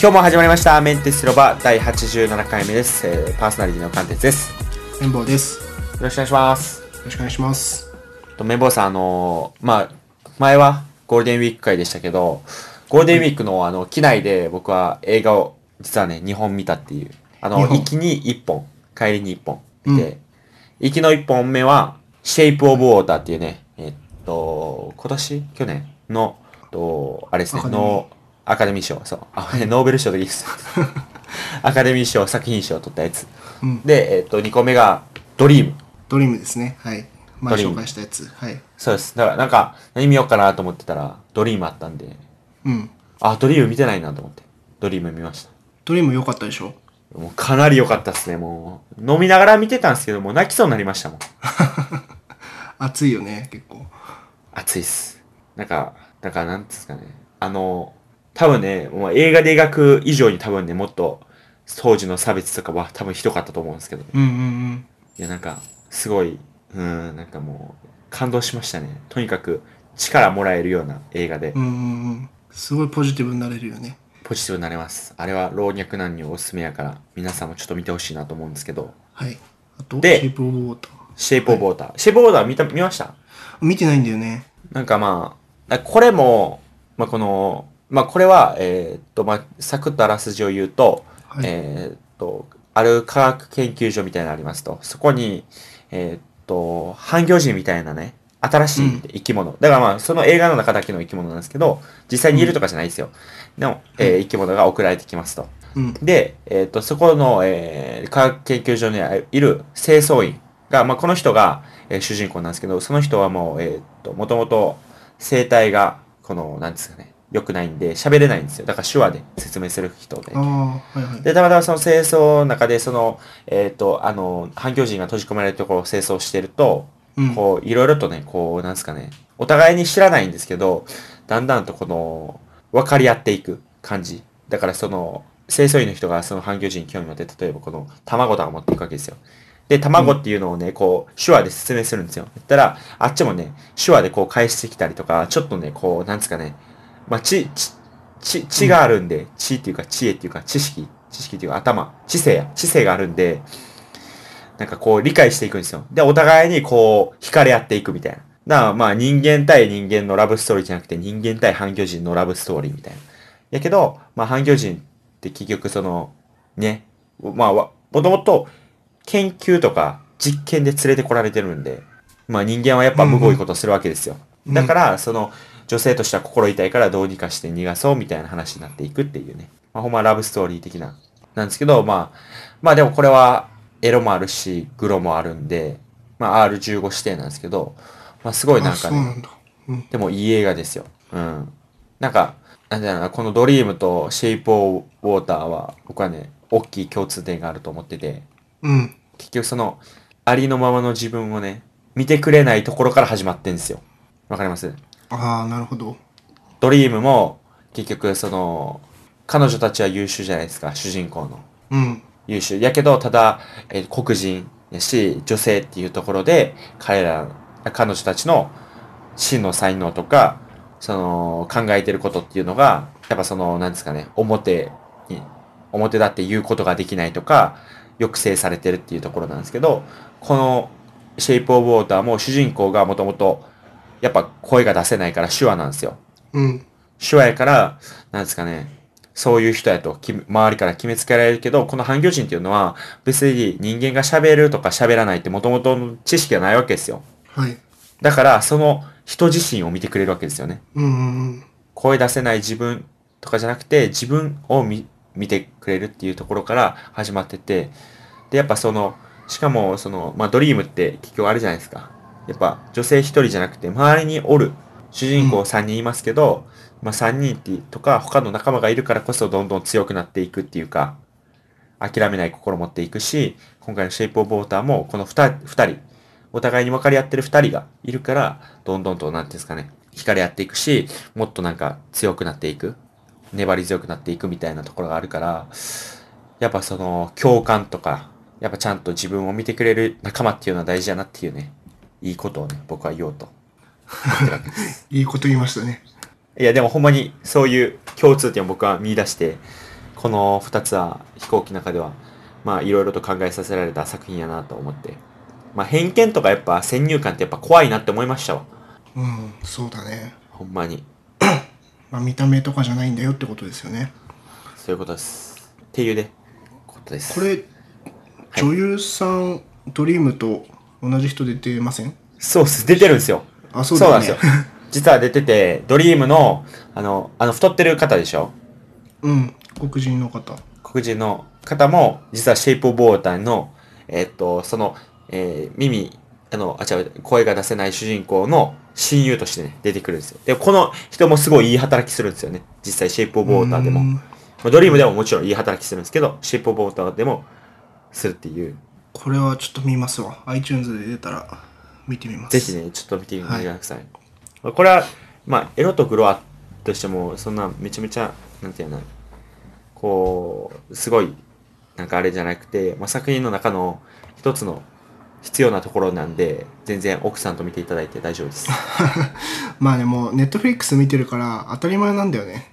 今日も始まりましたメンテスロバ第87回目です、えーパーソナリティの関鉄ですよ綿棒です。よろしくお願いしますろしくお願いします。と綿棒さんあのーまあ前はゴールデンウィーク会でしたけどゴールデンウィークのあの機内で僕は映画を実はね2本見たっていうあの二本行きに1本帰りに1本見て、行きの1本目は「シェイプ・オブ・ウォーター」っていうねえっと今年去年のえっとあれですねアカデミーのアカデミー賞そうあノーベル賞でいいです アカデミー賞作品賞を取ったやつうん。で、えっと2個目が「ドリーム」ドリームですね。はい。前ドリーム紹介したやつ。はい。そうです。だから、なんか、何見ようかなと思ってたら、ドリームあったんで、うん。あ、ドリーム見てないなと思って、ドリーム見ました。ドリーム良かったでしょもうかなり良かったですね、もう。飲みながら見てたんですけど、もう泣きそうになりましたもん。熱いよね、結構。熱いっす。なんか、だからなんですかね。あの、多分ね、もう映画で描く以上に多分ね、もっと、当時の差別とかは多分ひどかったと思うんですけど、うんうんうん。いや、なんか、すごい、うん、なんかもう、感動しましたね。とにかく、力もらえるような映画でう、んうんうん。すごいポジティブになれるよね。ポジティブになれます。あれは老若男女おすすめやから、皆さんもちょっと見てほしいなと思うんですけど、はい。あと、でシェイプオブウォーター。シェイプオブウォーター。シェイプオブウォーター見た、見ました見てないんだよね。なんかまあ、だこれも、まあこの、まあこれは、えーっと、まあ、サクッとあらすじを言うと、はいえーっと、ある科学研究所みたいなのありますと、そこに、えーっと、半魚人みたいなね、新しい生き物。だからまあ、その映画の中だけの生き物なんですけど、実際にいるとかじゃないですよ。の、えー生き物が送られてきますと。うん。で、えっとそこの、えー科学研究所にいる清掃員が、まあ、この人が、えー主人公なんですけどその人はもう、えっともともと声帯がこのなんですかね良くないんで喋れないんですよだから手話で説明する人であ。あ、はいはい。で、たまたまその清掃の中で、その、えっ、と、あの、反響人が閉じ込められるところを清掃してると、うんこう、いろいろとね、こう、なんですかね、お互いに知らないんですけど、だんだんとこの、分かり合っていく感じ。だからその、清掃員の人がその反響人に興味を持って、例えばこの、卵とか持っていくわけですよ。で、卵っていうのをね、こう、手話で説明するんですよ。言ったら、あっちもね、手話でこう返してきたりとか、ちょっとね、こう、なんですかね、まあ、ち、ち、ち、知があるんで、知っていうか、知恵っていうか、知識、知識っていうか、頭、知性や、知性があるんで、なんかこう、理解していくんですよ。で、お互いにこう、惹かれ合っていくみたいな。だからまあ、人間対人間のラブストーリーじゃなくて、人間対反魚人のラブストーリーみたいな。やけど、まあ、反魚人って結局その、ね、まあ、わもともと、研究とか実験で連れてこられてるんで、まあ人間はやっぱむごいことするわけですよ。うんだから、その、女性としては心痛いからどうにかして逃がそうみたいな話になっていくっていうね。まあほんまラブストーリー的な、なんですけど、まあ、まあでもこれはエロもあるし、グロもあるんで、まあ R15 指定なんですけど、まあすごいなんあそかうね、なんだ。うん。でもいい映画ですよ。うん。なんか、なんだろうな、このドリームとシェイプオブウォーターは、僕はね、大きい共通点があると思ってて、うん。結局その、ありのままの自分をね、見てくれないところから始まってんですよ。わかりますああ、なるほど。ドリームも、結局その、彼女たちは優秀じゃないですか、主人公の。うん。優秀。やけど、ただ、えー黒人やし、女性っていうところで、彼ら、彼女たちの真の才能とか、その、考えてることっていうのが、やっぱその、なんですかね、表に、表だって言うことができないとか、抑制されてるっていうところなんですけど、この、シェイプオブウォーターも主人公がもともと、やっぱ声が出せないから手話なんですよ。うん。手話やから、なんですかね、そういう人やとき周りから決めつけられるけど、この半魚人っていうのは、別に人間が喋るとか喋らないって元々の知識がないわけですよ。はい。だから、その人自身を見てくれるわけですよね。うんうんうん。声出せない自分とかじゃなくて、自分を見見てくれるっていうところから始まってて、で、やっぱその、しかも、その、まあ、ドリームって結局あれじゃないですか。やっぱ女性一人じゃなくて、周りにおる主人公うん3人いますけど、まあ、3人ってとか、他の仲間がいるからこそどんどん強くなっていくっていうか、諦めない心を持っていくし、今回のシェイプオブウォーターも、この 2, 二人、お互いに分かり合ってる2人がいるから、どんどんと、なんていうんですかね、惹かれ合っていくし、もっとなんか強くなっていく、粘り強くなっていくみたいなところがあるから、やっぱその、共感とか、やっぱちゃんと自分を見てくれる仲間っていうのは大事だなっていうね、いいことをね、僕は言おうと。いいこと言いましたね。いや、でもほんまにそういう共通点を僕は見出して、この2つは飛行機の中ではまあいろいろと考えさせられた作品やなと思って、まあ、偏見とかやっぱ先入観ってやっぱ怖いなって思いましたわうん、そうだね。ほんまにまあ、見た目とかじゃないんだよってことですよね。そういうことですっていうねことですこれ、女優さん、ドリームと同じ人出てませんそうっす出てるんですよあ、そそうう,、だなよんですねよ。 実は出ててドリームのあのあの太ってる方でしょうん、黒人の方。黒人の方も、実はシェイプ・オブ・ウォーターの、えっと、その、えー耳、あの、あ、違う、声が出せない主人公の親友としてね、出てくるんですよ。で、この人もすごいいい働きするんですよね。実際、シェイプ・オブ・ウォーターでも。うまんあドリームでももちろんいい働きするんですけど、シェイプ・オブ・ウォーターでもするっていう。これはちょっと見ますわ。iTunes で出たら見てみます。ぜひね、ちょっと見てみてください。まあこれは、まあ、エロとグロアとしても、そんなめちゃめちゃ、なんていうの、こう、すごい、なんかあれじゃなくて、まあ、作品の中の一つの必要なところなんで、全然奥さんと見ていただいて大丈夫 です。 まあね、もう Netflix 見てるから当たり前なんだよね。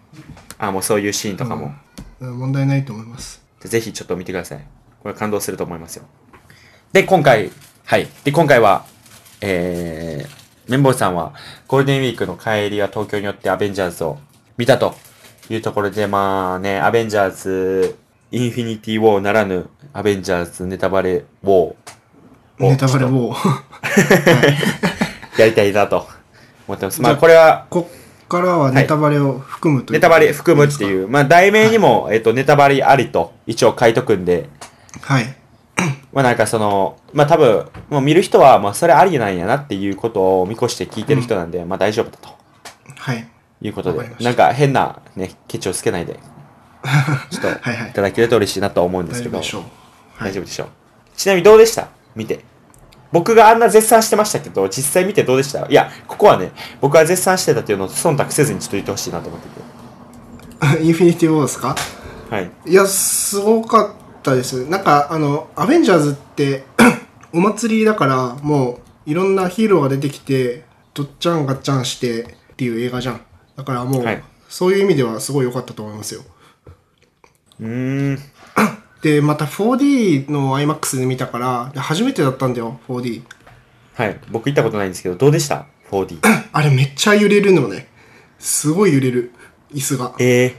あ、もうそういうシーンとかも、うん問題ないと思います。ぜひちょっと見てください。これは感動すると思いますよ。で、今回、はい。で、今回は、えー、綿棒さんは、ゴールデンウィークの帰りは東京によってアベンジャーズを見たというところで、まあね、アベンジャーズ、インフィニティ・ウォーならぬ、アベンジャーズネタバレ・ウォーをネタバちレょっを。とやりたいなと思ってます。まあじゃあこれは、 こっからはネタバレを含むという、ネタバレ含むってう。いう、まあ題名にも、えっと、ネタバレありと一応書いとくんで、はい。まあなんかその、まあ多分、もう見る人は、まあそれありなんやなっていうことを見越して聞いてる人なんで、まあ大丈夫だとはい。いうことわかでりま、したなんか変なね、ケチをつけ ないで、ちょっはいはいといただけると嬉しいなと思うんで大すけ丈ど、夫でしょう。大丈夫でしょう。ちなみにどうでした見て。僕があんな絶賛してましたけど、実際見てどうでしたいや、ここはね、僕が絶賛してたっていうのを忖度せずにちょっと言ってほしいなと思ってて。 インフィニティ・ウォーですかはい。いや、すごかったです。なんか、あの、アベンジャーズって お祭りだから、もう、いろんなヒーローが出てきて、どっちゃんがっちゃんしてっていう映画じゃん。だからもう、はいそういう意味ではすごい良かったと思いますよ。うーん。で、また 4D の IMAX で見たから、で初めてだったんだよ、4D。はい。僕行ったことないんですけど、どうでした ?4D。あれめっちゃ揺れるのね。すごい揺れる。椅子が。えー、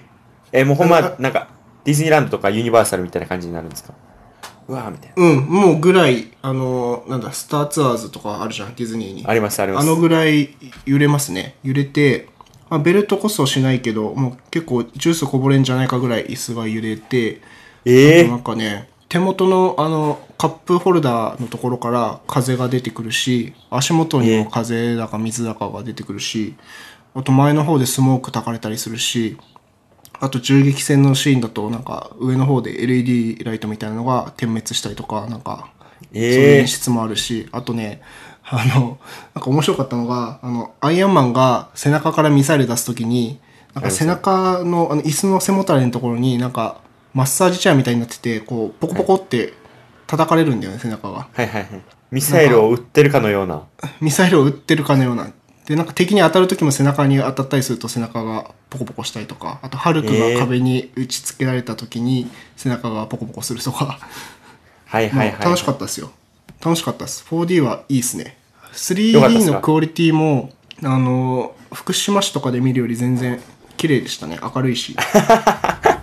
えーもうほんなんまか、なんか、ディズニーランドとかユニバーサルみたいな感じになるんですかうわーみたいうん、もうぐらい、あの、なんだ、スターツアーズとかあるじゃん、ディズニーにな。。あります、ありまあす。のぐらい揺れますね。揺れて、まあ、ベルトこそしないけど、もう結構ジュースこぼれんじゃないかぐらい椅子が揺れて、ええなんかね、手元のあのカップホルダーのところから風が出てくるし、足元にも風だか水だかが出てくるし、あと前の方でスモーク焚かれたりするし、あと銃撃戦のシーンだとなんか上の方で LED ライトみたいなのが点滅したりとか、なんかそういうええ演出もあるし、あとね、あの、なんか面白かったのが、あの、アイアンマンが背中からミサイル出すときに、なんか背中の、あの、椅子の背もたれのところになんか、マッサージチェアみたいになってて、こう、ポコポコって叩かれるんだよね、背中が。はいはいはい。ミサイルを撃ってるかのような。ミサイルを撃ってるかのような。で、なんか敵に当たるときも背中に当たったりすると背中がポコポコしたりとか、あと、ハルクえーが壁に打ち付けられたときに背中がポコポコするとか、はいまあはいはい。楽しかっったですよ楽しかったです 4D はいいですねよかったっす 3D かのクオリティもあの福島市とかで見るより全然綺麗でしたね明るいした。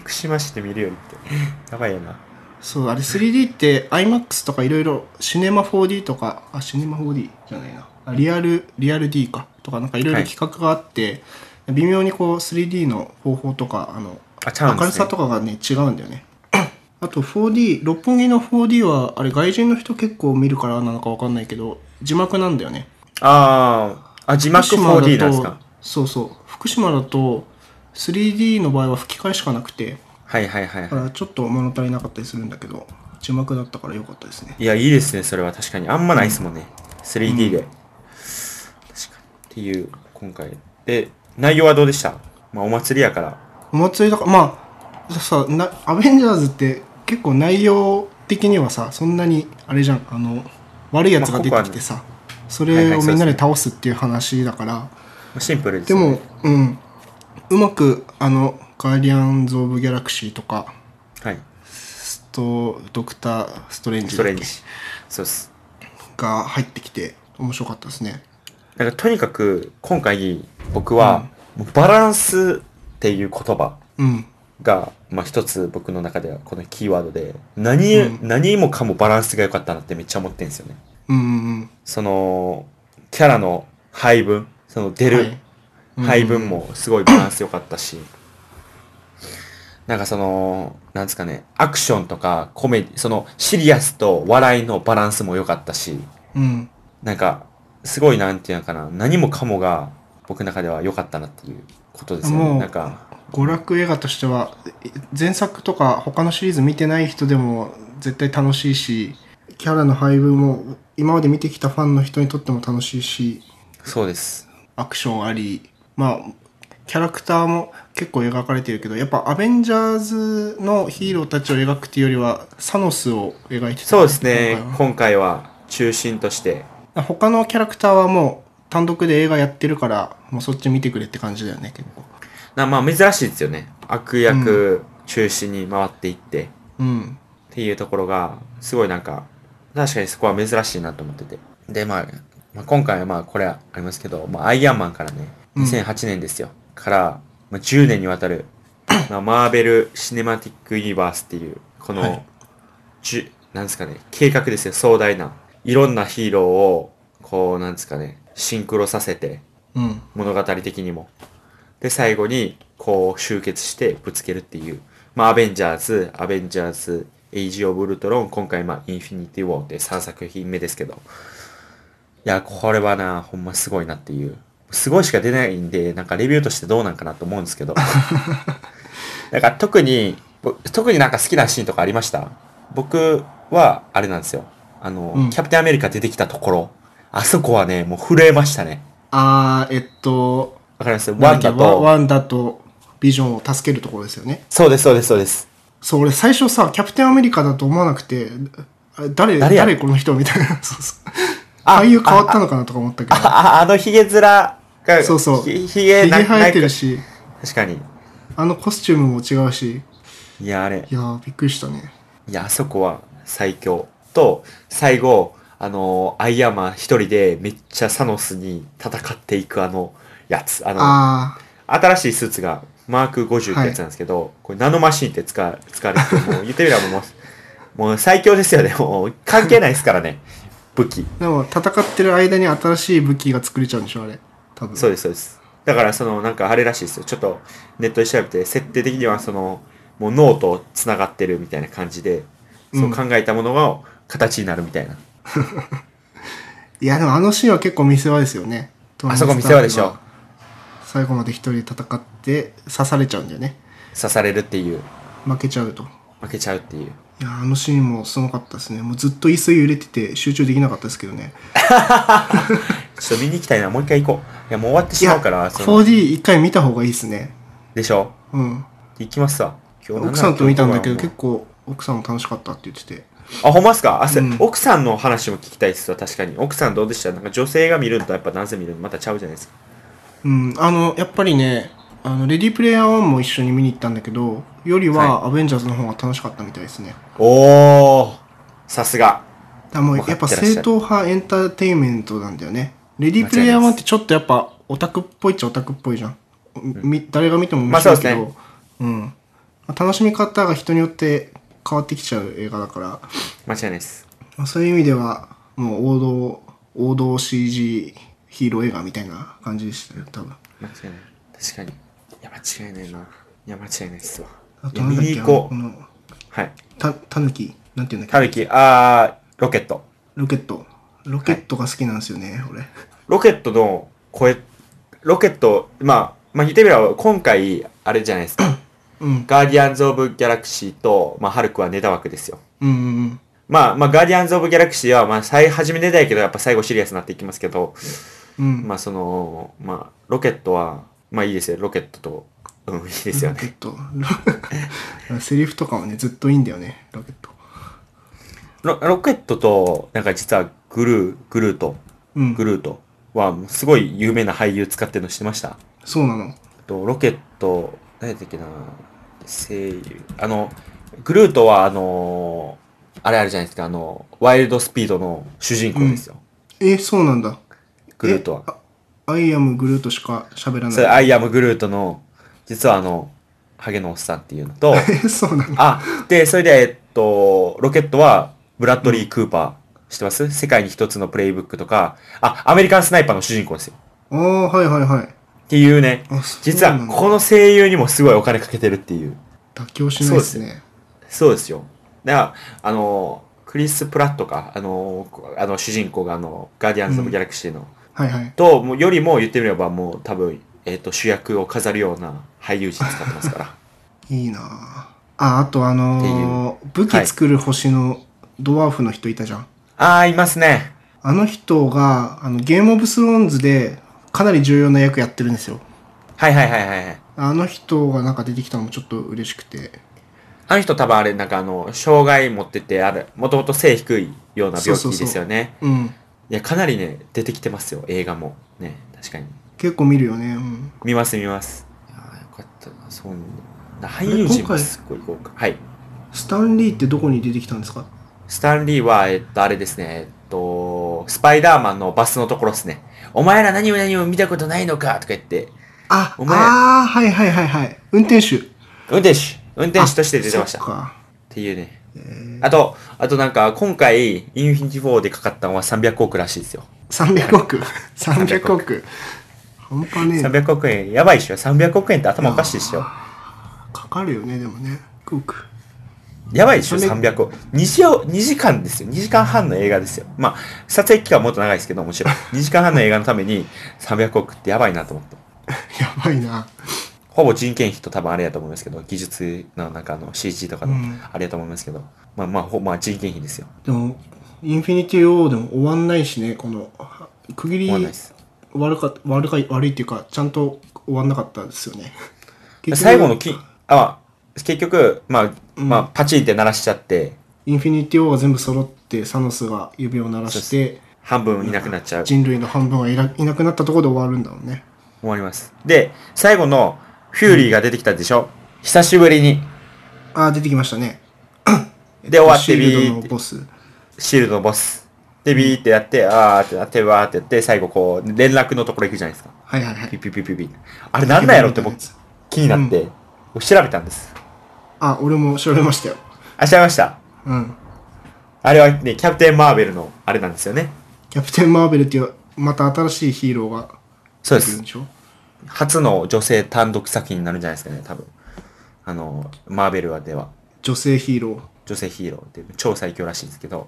福島市で見るよりって。やばいよな。そうあれ 3D って iMAX とかいろいろシネマ 4D とかあシネマ 4D じゃないなあリアルリアル D かとかなんかいろいはろい企画があって、微妙にこう 3D の方法とかあのあ、ちゃうんです、ね、明るさとかがね違うんだよねあと 4D 六本木の 4D はあれ外人の人結構見るからなのかわかんないけど字幕なんだよねあーあ、字幕 4D なんですだかとそうそう福島だと 3D の場合は吹き替えしかなくてはいはいはいだかはらちょっと物足りなかったりするんだけど字幕だったから良かったですねい。いや、いいですね、それは確かに。あんまないですもんね。3D で。確かに。っていう、今回。で、内容はどうでしたまあ、お祭りやから。お祭りだからまあさなアベンジャーズって結構内容的にはさそんなにあれじゃんあの悪いやつが出てきてさ、そはいはれいをそうですねみんなで倒すっていう話だから、シンプルですでよね、も、うん、うまくあのガーディアンズ・オブ・ギャラクシーとか、はい。スト、ドクター・ストレンジスだトっけレンジ。そうです。が入ってきて、面白かったですね。なんかとにかく今回僕は、もうバランスっていう言葉うん。が、まあ、一つ僕の中ではこのキーワードで、何、うん何もかもバランスが良かったなってめっちゃ思ってんですよね。うんうんうん。その、キャラの配分、その出はるい配分もすごいバランス良かったし、なんかその、なんですかね、アクションとかコメディ、そのシリアスと笑いのバランスも良かったし、うん。なんか、すごいなんていうのかな、何もかもが僕の中では良かったなっていうことですよもね。うなんか、娯楽映画としては、え前作とか他のシリーズ見てない人でも絶対楽しいし、キャラの配分も今まで見てきたファンの人にとっても楽しいし、そうです。アクションあり、まあ、キャラクターも結構描かれてるけど、やっぱアベンジャーズのヒーローたちを描くっていうよりは、サノスを描いてた。そうですね今回、は今回は中心として、他のキャラクターはもう単独で映画やってるから、もうそっち見てくれって感じだよね、結構。なまあ珍しいですよね。悪役中心に回っていって、っうん。ていうところが、すごいなんか、確かにそこは珍しいなと思ってて。で、まあ、まあ、今回はまあこれありますけど、まあアイアンマンからね、うん2008年ですよ。から、まあ、10年にわたる、まあ、マーベル・シネマティック・ユニバースっていう、この、はいじゅなんですかね、計画ですよ、壮大な。いろんなヒーローを、こう、なんですかね、シンクロさせて、うん。物語的にも。で、最後に、こう、集結してぶつけるっていう。まあ、アベンジャーズ、アベンジャーズ、エイジ・オブ・ウルトロン、今回、まあ、インフィニティ・ウォーって3作品目ですけど。いや、これはな、ほんますごいなっていう。すごいしか出ないんで、なんかレビューとしてどうなんかなと思うんですけ ど。なんか特に、ぼ特になんか好きなシーンとかありました僕は、あれなんですよ。あの、うんキャプテンアメリカ出てきたところ、あそこはね、もう震えましたね。あー、えっと、わかりますなワんンだダっけワと、ワンダとビジョンを助けるところですよね。そうです、そうです、そうです。そう、俺最初さ、キャプテンアメリカだと思わなくて、あれ誰、誰誰やこの人みたい な。そうそう。あ俳優変わったのかなとか思ったけど。あ、ああのヒゲ面が、そうそう。ひひヒげゲな生えてるなし、んか確かに。あのコスチュームも違うし、いや、あれ。いやー、びっくりしたね。いや、あそこは最強。と、最後、あのーアイアンマン一人でめっちゃサノスに戦っていくあのやつ。あの、あ新しいスーツがマーク50ってやつなんですけど、これナノマシンって使う使われてて、もう言ってみればもう、もう最強ですよね。もう関係ないですからね。武器。ー、でも戦ってる間に新しい武器が作れちゃうんでしょ、あれ。多分。そうです、そうです。だから、その、なんかあれらしいですよ。ちょっと、ネットで調べて、設定的には、その、もう脳と繋がってるみたいな感じで、そううん考えたものが形になるみたいな。いや、でもあのシーンは結構見せ場ですよね。あそこ見せ場でしトニーょ。スタークが最後まで一人で戦って、刺されちゃうんだよね。刺されるっていう、負けちゃうと。い負けちゃうっていう。やー、あのシーンもすごかったですね。もうずっと椅子揺れてて集中できなかったですけどね。ちょっと見に行きたいな、もう一回行こう。いや、もう終わってしいまや、うから、その 4D 一回見た方がいいですね。でしょうん。行きますわ。今奥さんと見たんだけど、結構。構奥さんも楽しかったって言ってて。あ、ほんまっすかあ、そううん奥さんの話も聞きたいっすわ、確かに。奥さんどうでしたなんか女性が見るのとやっぱ男性見るのまたちゃうじゃないですか。うん、あの、やっぱりね、あの、レディープレイヤー1も一緒に見に行ったんだけど、よりはアベンジャーズの方が楽しかったみたいですね。おーさすが。だからもうわかやっっぱてらっしゃる正統派エンターテインメントなんだよね。レディープレイヤー1ってちょっとやっぱオタクっぽいっちゃオタクっぽいじゃん。み誰が見ても面白いけど、まあそううん。まあ楽しみ方が人によって変わってきちゃう映画だから、間違いないです。まあそういう意味では、もう王道、王道 CG ヒーロー映画みたいな感じでしたよ、多分。間違いない確かにいや間違いないないや間違いないっすわあいとやなん見だっにけ行こあうのこのはいた、たぬき、なんていうんだっけたぬきあーロケットロケット。ロケットが好きなんですよね、俺。ロケットの声ロケットまあまあ言ってみれば今回あれじゃないです かうん。ガーディアンズ・オブ・ギャラクシーと、まあ、ハルクはネタ枠ですようんうんうん。まあまあガーディアンズ・オブ・ギャラクシーはまあ最初めネタやけどやっぱ最後シリアスになっていきますけどうん。まあそのまあロケットはまあいいですよロケットとうんいいですよ ロケねット。ロ セリフとかもね、ずっといいんだよね、ロケット。ロロケットとなんか実はグルーグルーとうん。グルートはすごい有名な俳優使ってるのしてましたそうなの。とロケット何やったっけな声優。あの、グルートはあのーあれあるじゃないですか、あの、ワイルドスピードの主人公ですよ。え、そうなんだ。グルートは。あ。アイアムグルートしか喋らそれ、ない。アイアムグルートの、実はあの、ハゲのおっさんっていうの と、え、 そうなんだ。あ、で、それで、えっと、ロケットは、ブラッドリー・クーパー、知ってます世界に一つのプレイブックとか、あ、アメリカンスナイパーの主人公ですよ。ああ、はいはいはい。っていうね、あそう実はなんだこの声優にもすごいお金かけてるっていう。妥協しないですね。そうですよ。だから、あの、クリス・プラットか、あの、あの主人公があの、ガーディアンズ・オブ・ギャラクシーの、はいはい。と、もうよりも言ってみればもう多分、えっと、主役を飾るような俳優陣使ってますから。いいなああ、あとあのー武器作る星のドワーフの人いたじゃん。 あー、いますね。あの人が、あの、ゲームオブスローンズでかなり重要な役やってるんですよ。はいはいはいはいはい。あの人がなんか出てきたのもちょっと嬉しくて。あの人多分あれ、なんかあの、障害持ってて、あれ、もともと背低いような病そうそう気そうですよね。うん。いや、かなりね、出てきてますよ、映画も。ね、確かに。結構見るよね。うん。見ます見ます。いやーよかったな、そうなんだ。俳優陣もすっごい豪華。はい。スタンリーってどこに出てきたんですかスタンリーは、えっと、あれですね、えっと、スパイダーマンのバスのところですね。お前ら何を何を見たことないのかとか言って、あ、お前ああ、はいはいはいはい。運転手。運転手、運転手として出てました。あっそっか。ていうね。えー、あと、あとなんか、今回、インフィニティ4でかかったのは300億らしいですよ。 300億。300億。半端ねえな。 300億円、やばいっしょ。300億円って頭おかしいっしょ。かかるよね、でもね。300億。やばいっしょ、 300 300億。2時を、2時間ですよ。2時間半の映画ですよ。まあ、撮影期間はもっと長いですけど、も ちろん。2時間半の映画のために300億ってやばいなと思って。やばいな。ほぼ人件費と多分あれやと思いますけど、技術のなんかあの CG とかのうんあれやと思いますけど、まあまあ、ほまあ人件費ですよ。でも、インフィニティ・オーでも終わんないしね、この、区切り終わんないです悪か悪か悪いっていうか、ちゃんと終わんなかったですよね。結局最後のき、あ、結局、まあ、うんまあ、パチンって鳴らしちゃって、インフィニティ・オーが全部揃って、サノスが指を鳴らして、半分いなくなっちゃう。終人類の半分がいないなくなったところで終わるんだもんね。わります。で、最後のフューリーが出てきたでしょ、久しぶりに。ああ、出てきましたね。 で、終わってシビールードっのてボス。シールドのボス。で、ビーってやって、あーってなって、わーってやって、最後こう、連絡のところ行くじゃないですか。はいはいはいピ。ピピピピ。あれなんなんやろって僕、気になって、僕調べたんです。あ、俺も調べましたよ。あ、調べました。うん。あれはね、キャプテン・マーベルのあれなんですよね。キャプテン・マーベルっていう、また新しいヒーローがそう出でてくるす。んでしょ初の女性単独作品になるんじゃないですかね、多分。あの、マーベルはでは、女性ヒーロー。女性ヒーローって超最強らしいんですけど、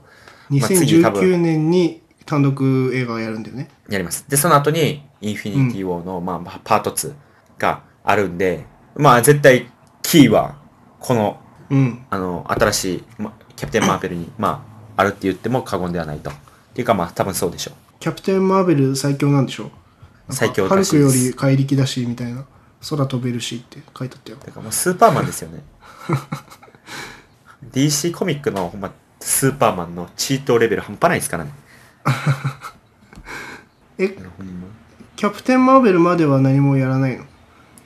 まあ次多2019分年に単独映画やるんだよね。やります。で、その後に、インフィニティ・ウォーの、まあ、パート2があるんで、まあ、絶対、キーは、この、うん。あの、新しい、まキャプテン・マーベルに、まあ、あるって言っても過言ではないと。っていうか、まあ、多分そうでしょう。キャプテン・マーベル最強なんでしょなんか最強ハらルしいクでよすり怪力だし、みたいな。空飛べるしって書いてあったよ。だからもうスーパーマンです よね。DC コミックのほんまスーパーマンのチートレベル半端ないですからね。え、ほんまキャプテン・マーベルまでは何もやらないの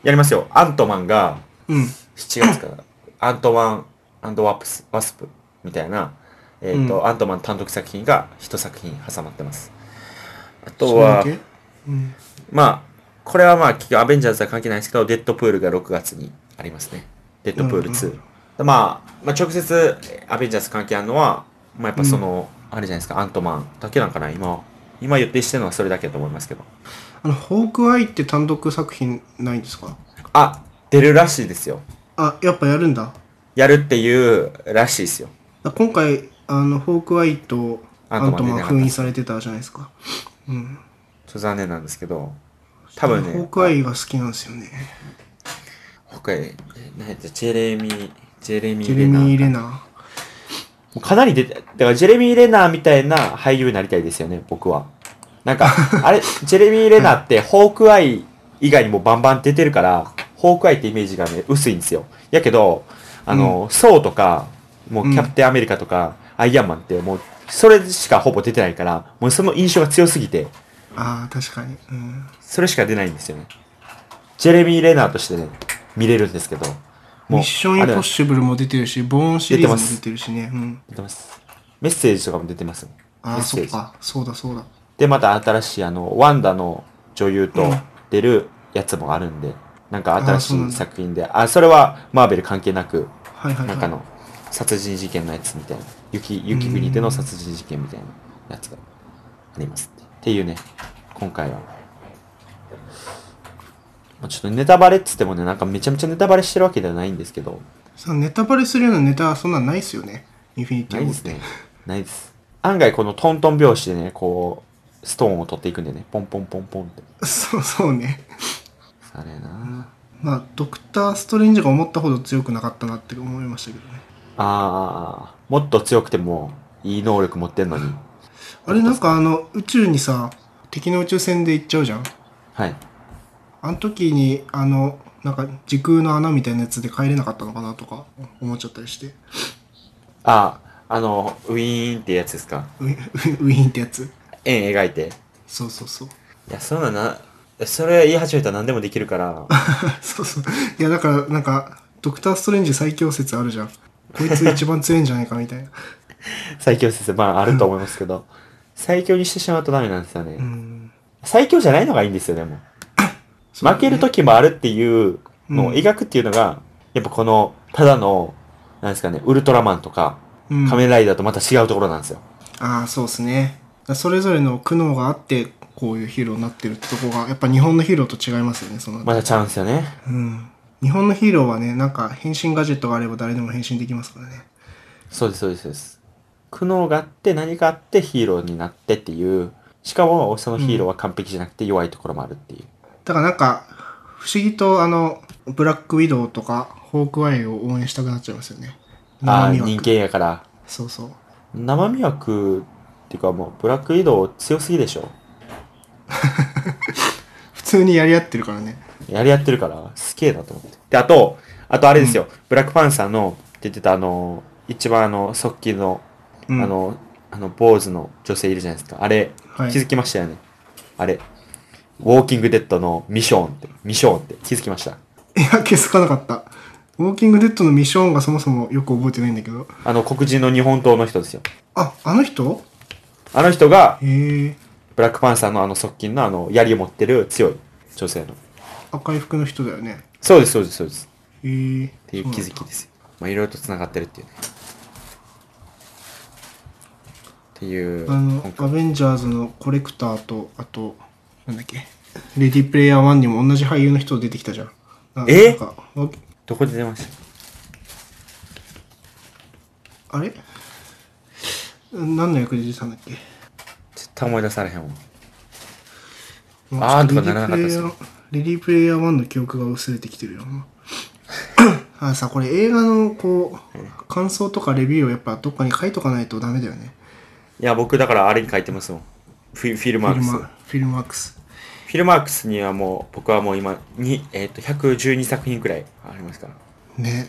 やりますよ。アントマンがうん。 7月 から、アントマンアンドワプスワスプみたいな、えっ、と、うんアントマン単独作品が一作品挟まってます。あとそれだは、けうん。まあ、これはまあ、結局アベンジャーズは関係ないですけど、デッドプールが6月にありますね。デッドプール2。うんでまあ、まあ、直接えアベンジャーズ関係あるのは、まあ、やっぱその、あれじゃないですか、アントマンだけなんかな、今。今予定してるのはそれだけだと思いますけど。あの、ホークアイって単独作品ないんですかあ、出るらしいですよ。あ、やっぱやるんだ。やるっていうらしいですよ。だ今回、あの、ホークアイとアアンントトマンマ出なかンった封印されてたじゃないですか。うん。ちょっと残念なんですけど、多分ね、ホークアイが好きなんですよね。あ北海、何やったジェレミー、ジェレミジェー・レレナミーー・レか。ナー。もうかなり出て、だからジェレミー・レナーみたいな俳優になりたいですよね、僕は。なん か、あれ、ジェレミー・レナーってホークアイ以外にもバンバン出てるから、ホークアイってイメージがね、薄いんですよ。やけど、あの、ソーとか、もうキャプテン・アメリカとか、アイアンマンってもう、それしかほぼ出てないから、もうその印象が強すぎて、ああ確かに、うん、それしか出ないんですよね。ジェレミー・レナーとしてね、見れるんですけど、ミッションインポッシブルも出てるし、ボーンシリーズも出てます出てるしね。うん。出てます。メッセージとかも出てますね。あメあ、ッセそーっジか。そうだそうだ。で、また新しい、あの、ワンダの女優とうん出るやつもあるんで、なんか新あーそうなしんいだ作品で、あ、それはマーベル関係なく、はいはいなんはかい。の、殺人事件のやつみたいな、雪、雪国での殺人事件みたいなやつがありますって。っていうね、今回は。まあちょっとネタバレっつってもね、なんかめちゃめちゃネタバレしてるわけではないんですけど、さネタバレするようなネタはそんなんないっすよね。インフィニテなィいウォでーズすって。ね。ないです。案外このトントン拍子でね、こう、ストーンを取っていくんでね、ポンポンポンポンって。 そうそうね。あれなまあ、ドクター・ストレンジが思ったほど強くなかったなって思いましたけどね。ああー、もっと強くてもいい能力持ってんのに。あれなんかあの、宇宙にさ、敵の宇宙船で行っちゃうじゃん。はい。あの時に、あの、なんか時空の穴みたいなやつで帰れなかったのかなとか思っちゃったりして。ああ、あの、ウィーンってやつですか。 ウィウィウィーンってやつ。円描いて。そうそうそう。 いや、そんなな、それ言い始めたら何でもできるから。 そうそう。いや、だから、なんか、ドクター・ストレンジ最強説あるじゃん。こいつ一番強いんじゃないかみたいな。最強説、まああると思いますけど。最強にしてし まうとダメなんですようね。ん。最強じゃないのがいいんですよ、でも。そうだね負ける時もあるっていうのを描くっていうのが、やっぱこの、ただの、なんですかね、ウルトラマンとか、うん仮面ライダーとまた違うところなんですよ。ああ、そうですね。それぞれの苦悩があって、こういうヒーローになってるってとこが、やっぱ日本のヒーローと違いますよね、その。またちゃうんですよね。うん。日本のヒーローはね、なんか変身ガジェットがあれば誰でも変身できますからね。そうです、そうです、そうです。苦悩があって、何かあってヒーローになってっていう、しかも、そのヒーローは完璧じゃなくて弱いところもあるっていう。だからなんか、不思議とあの、ブラックウィドウとか、ホークアイを応援したくなっちゃいますよね。ああ、生身枠人間やから。そうそう。生身枠っていうかもう、ブラック移動強すぎでしょ。普通にやり合ってるからね。やり合ってるから、すげえなと思って。で、あと、あとあれですよ、ブラックパンサーの出てたあの、一番あの、速記の、うんあの、あの、坊主の女性いるじゃないですか。あれ、はい気づきましたよね。あれ、ウォーキングデッドのミショーンって、ミショーンって気づきました。いや、気づかなかった。ウォーキングデッドのミッションがそもそもよく覚えてないんだけど。あの、黒人の日本刀の人ですよ。あ、あの人あの人が、へえ。ブラックパンサーのあの側近のあの、槍を持ってる強い女性の。赤い服の人だよね。そうです、そうです、そうです。へえ。っっていう気づきですよ。まあ、いろいろと繋がってるっていうね。っていう、あの今、回アベンジャーズのコレクターと、あと、なんだっけ、レディープレイヤー1にも同じ俳優の人出てきたじゃん。なえなんかわどこで出ましたあれ何の役で出てたんだっけ絶対思い出されへんもん。まあーちょっとかならなかったっすよレディープレイヤー1の記憶が薄れてきて るよ。あーさ、これ映画の、こう、感想とかレビューをやっぱどっかに書いとかないとダメだよね。いや、僕だからあれに書いてますもん。フィフィルマーフィクルス。マ、フィルマークス。フィルマークスにはもう、僕はもう今、にえっ、と、112作品くらいありますから。ね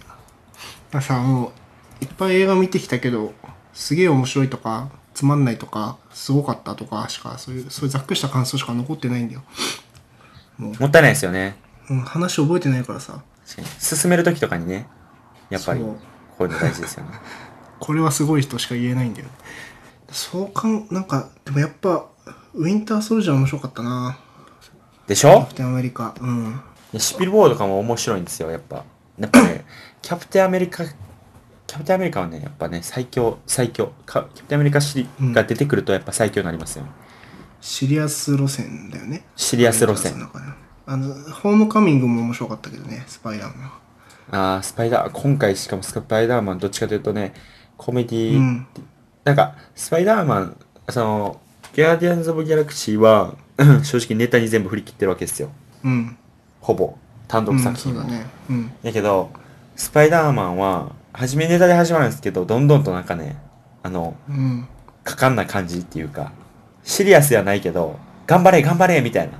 まあさもういっぱい映画見てきたけどすげえ面白いとかつまんないとかすごかったとかしかそういうそういうざっくりした感想しか残ってないんだよ、もったいないですよね。うん、話覚えてないからさ確かに。進めるときとかにね、やっぱり、そこうういうの大事ですよね。これはすごい人しか言えないんだよそうかんなんかでもやっぱウィンターソルジャー面白かったなでしょキャプテンアメリカうんでシビル・ボーとかも面白いんですよ、やっぱ。やっぱ ね、キャプテンアメリカ、キャプテンアメリカはね、やっぱね、最強、最強。かキャプテンアメリカシリうんが出てくると、やっぱ最強になりますよ、ねシリアス路線だよねシリアス路ウィン線。ターソルジャーの中であのホームカミングも面白かったけどねスパイダーマンああ、スパイダー、今回しかもスパイダーマン、どっちかというとね、コメディ、うんなんか、スパイダーマン、その、ガーディアンズ・オブ・ギャラクシーは、うん正直ネタに全部振り切ってるわけですよ。うんほぼ。単独うん作そ品うは。だねうんだけど、スパイダーマンは、初めネタで始まるんですけど、どんどんとなんかね、あの、うん果敢な感じっていうか、シリアスではないけど、頑張れ、頑張れみたいな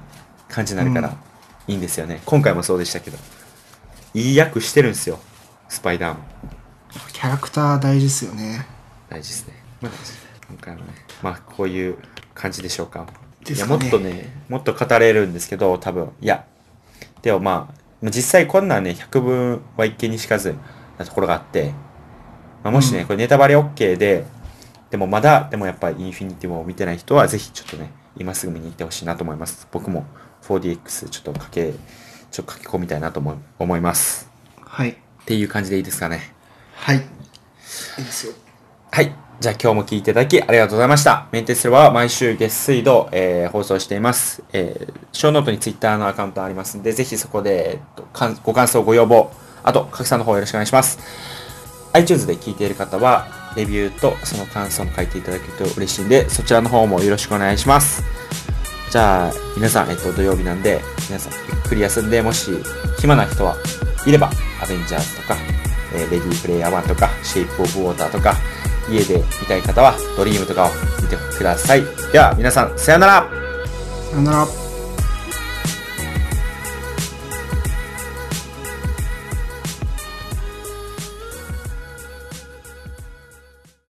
感じになるかうんら、いいんですよね。今回もそうでしたけど。いい役してるんですよ、スパイダーマン。キャラクター大事ですよね。大事ですね。まあ、今回はね、まあ、こういう感じでしょうか。ですいや、かねもっとね、もっと語れるんですけど、多分、いや、でもまあ、まあ実際こんなんね、100分は一見にしかずなところがあって、まあ、もしね、うんこれネタバレ OK で、でもまだ、でもやっぱインフィニティも見てない人は、ぜひちょっとね、今すぐ見に行ってほしいなと思います。僕も 4DX ちょっとかけ、ちょっと書き込みたいなと思い思います。はい。っていう感じでいいですかね。はい。いいですよ。はい。じゃあ今日も聞いていただきありがとうございました。メンテスルは毎週月水土、えー放送しています。えー、ショーノートにツイッターのアカウントありますんで、ぜひそこで、えっと感ご感想、ご要望、あと、拡散の方よろしくお願いします。iTunes で聞いている方は、レビューとその感想も書いていただけると嬉しいんで、そちらの方もよろしくお願いします。じゃあ、皆さん、えっと、土曜日なんで、皆さん、ゆっくり休んで、もし、暇な人はいれば、アベンジャーズとか、えーレディープレイヤー1とか、シェイプオブウォーターとか、家で見たい方は、ドリームとかを見てください。では、皆さん、さようならさよなら。